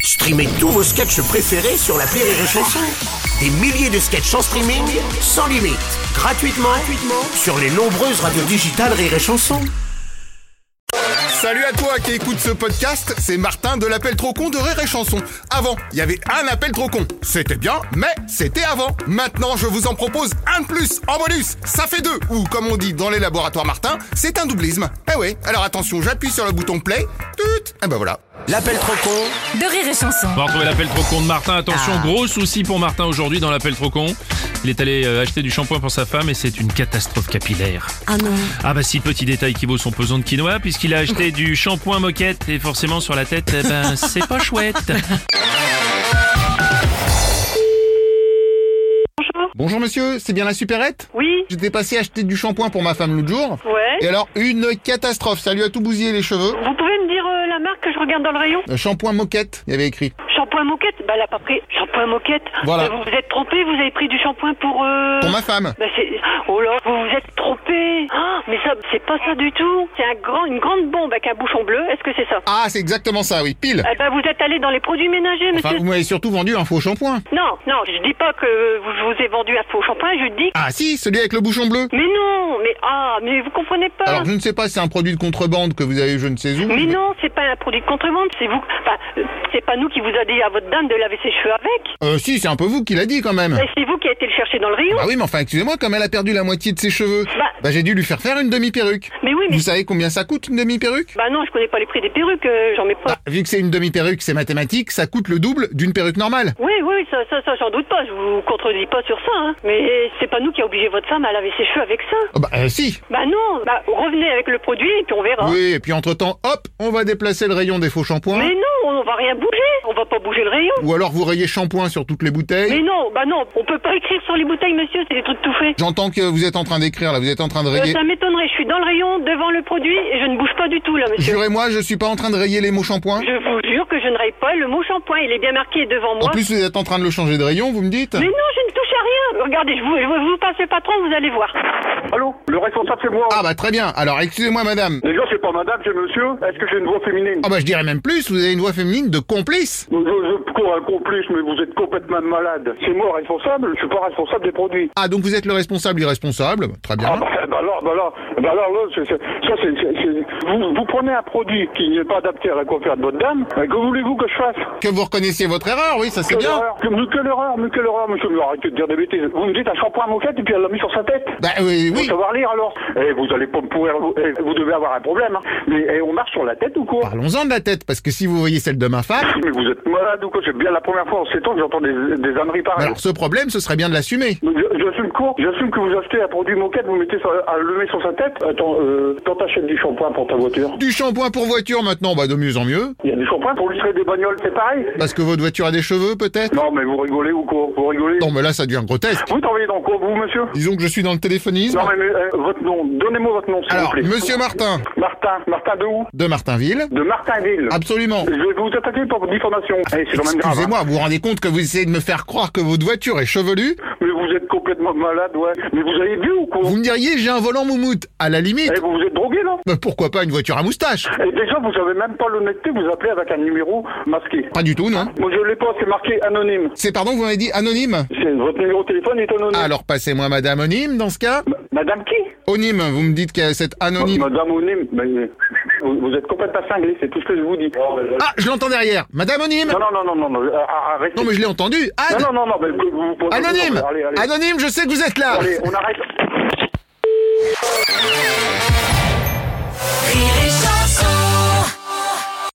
Streamez tous vos sketchs préférés sur la Rire et Chanson. Des milliers de sketchs en streaming, sans limite, gratuitement, gratuitement sur les nombreuses radios digitales Rire et Chanson. Salut à toi qui écoute ce podcast, c'est Martin de l'appel trop con de Rire et Chanson. Avant, il y avait un appel trop con. C'était bien, mais c'était avant. Maintenant, je vous en propose un de plus en bonus. Ça fait deux, ou comme on dit dans les laboratoires Martin, c'est un doublisme. Eh ouais, alors attention, j'appuie sur le bouton play. Tut Et ben voilà. L'appel trop con de rire et chanson. On va retrouver l'appel trop con de Martin. Attention, Ah. gros souci pour Martin aujourd'hui dans l'appel trop con. Il est allé euh, acheter du shampoing pour sa femme et c'est une catastrophe capillaire. Ah non. Ah bah si, petit détail qui vaut son pesant de quinoa puisqu'il a acheté du shampoing moquette et forcément sur la tête, eh ben c'est pas chouette. Bonjour monsieur, c'est bien la supérette Oui, J'étais passé acheter du shampoing pour ma femme l'autre jour. ouais. Et alors, une catastrophe, ça lui a tout bousillé les cheveux. Vous pouvez me dire euh, la marque que je regarde dans le rayon Euh, Shampoing moquette, il y avait écrit. Shampoing moquette Bah là, pas pris. Shampoing moquette Voilà. Bah, vous vous êtes trompé, vous avez pris du shampoing pour... Euh... Pour ma femme. Bah c'est... Oh là, vous vous êtes trompé Ah, Mais ça, c'est pas ça du tout C'est un grand, une grande bombe avec un bouchon bleu, est-ce que c'est ça Ah, c'est exactement ça, oui, pile. Eh ben, vous êtes allé dans les produits ménagers, Enfin, monsieur vous m'avez surtout vendu un faux shampoing. Non, non, je dis pas que vous- je vous ai vendu un faux shampoing, je dis... que- Ah si, celui avec le bouchon bleu. Mais non Mais ah, mais vous comprenez pas Alors je ne sais pas si c'est un produit de contrebande que vous avez eu je ne sais où. Mais non, c'est pas un produit de contrebande, c'est vous... Enfin, euh, c'est pas nous qui vous a dit à votre dame de laver ses cheveux avec Euh si, c'est un peu vous qui l'a dit quand même. Et Eh, c'est vous qui avez été le chercher dans le rayon Bah oui, mais enfin, excusez-moi, comme elle a perdu la moitié de ses cheveux, Bah- bah j'ai dû lui faire faire une demi-perruque. Mais oui, mais... Vous savez combien ça coûte une demi-perruque Bah non, je connais pas les prix des perruques, euh, j'en mets pas. Bah, Vu que c'est une demi-perruque, c'est mathématique, ça coûte le double d'une perruque normale. Oui, oui, ça, ça, ça, j'en doute pas, je vous contredis pas sur ça, hein. Mais c'est pas nous qui a obligé votre femme à laver ses cheveux avec ça. Oh, bah euh, si. Bah non, bah revenez avec le produit et puis on verra. Oui, et puis entre-temps, hop, on va déplacer le rayon des faux shampoings. Mais non, on va rien bouger, on va pas bouger le rayon. Ou alors vous rayez shampoing sur toutes les bouteilles. Mais non, bah non, on peut pas écrire sur les bouteilles, monsieur, c'est des trucs tout faits. J'entends que vous êtes en train d'écrire là, vous êtes en train de Euh, rayer. ça m'étonnerait, je suis dans le rayon, devant le produit, et je ne bouge pas du tout, là, monsieur. Jurez-moi, je suis pas en train de rayer les mots shampoing. Je vous jure que je ne raye pas le mot shampoing, il est bien marqué devant En moi. plus, vous êtes en train de le changer de rayon, vous me dites Mais non, je ne touche à rien. Regardez, je vous, je vous passe le patron, vous allez voir. Allô Le responsable, c'est moi. Ah bah très bien. Alors excusez-moi madame. Déjà, c'est pas madame, c'est monsieur. Est-ce que j'ai une voix féminine Ah bah je dirais même plus, vous avez une voix féminine de complice. je, je cours un complice, mais vous êtes complètement malade. C'est moi responsable, je suis pas responsable des produits. Ah donc vous êtes le responsable irresponsable, Bah, très Ah bien. bah, bah là, bah là, bah là, là, c'est- c'est- ça c'est... c'est- c'est- Vous, vous prenez un produit qui n'est pas adapté à la coiffure de votre dame, euh, que voulez-vous que je fasse Que vous reconnaissiez votre erreur, oui, ça c'est Quelle Eh bien. erreur que, mais quelle erreur, mais quelle erreur, monsieur, mais arrêtez de dire des bêtises. Vous me dites un shampoing moquette et puis elle l'a mis sur sa tête Bah oui, Faut oui. savoir lire alors. Eh, vous allez pas me pourrir, vous, eh, vous devez avoir un problème. hein. Mais eh, on marche sur la tête ou quoi Parlons-en de la tête, parce que si vous voyez celle de ma femme, Mais vous êtes malade ou quoi C'est bien la première fois en 7 ans que j'entends des, des âneries pareilles. alors ce problème, ce serait bien de l'assumer. Donc, je- J'assume quoi J'assume que vous achetez un produit moquette, vous mettez ça à le lever sur sa tête. Attends, euh, quand t'achètes du shampoing pour ta voiture, Du shampoing pour voiture maintenant, bah de mieux en mieux. il y a du shampoing pour lustrer des bagnoles, c'est pareil Parce que votre voiture a des cheveux peut-être Non, mais vous rigolez ou quoi Vous rigolez Non mais là ça devient grotesque. Vous travaillez dans quoi, vous, monsieur Disons que je suis dans le téléphonisme. Non, mais, mais, euh, votre nom, donnez-moi votre nom, s'il vous Alors, plaît. monsieur Martin, Martin, Martin de où de Martinville. De Martinville. Absolument. Je vais vous attaquer pour diffamation. Eh, c'est quand même grave. hein. Excusez-moi, vous vous rendez compte que vous essayez de me faire croire que votre voiture est chevelue Mais vous êtes complètement malade, ouais. Mais vous avez vu ou quoi Vous me diriez j'ai un volant moumoute, à la limite. Eh, vous vous êtes drogué, non Bah, pourquoi pas une voiture à moustache Et déjà, vous avez même pas l'honnêteté, vous appelez avec un numéro masqué. Pas du tout, non Moi, je l'ai pas, c'est marqué anonyme. C'est pardon, vous m'avez dit anonyme C'est- Votre numéro de téléphone est anonyme. Alors passez-moi madame anonyme dans ce cas. Ma- Madame qui Anonyme, vous me dites que c'est anonyme. Madame Onim. mais- euh, Vous, vous êtes complètement cinglé, c'est tout ce que je vous dis. Ah, je l'entends derrière. Madame anonyme Non, non, non, non, non, non, ah, ah, arrêtez. Non mais je l'ai entendu. non, Anne non, non, non, mais vous- vous- vous- Anonyme Allez, allez. Anonyme, je sais que vous êtes là Allez, on arrête.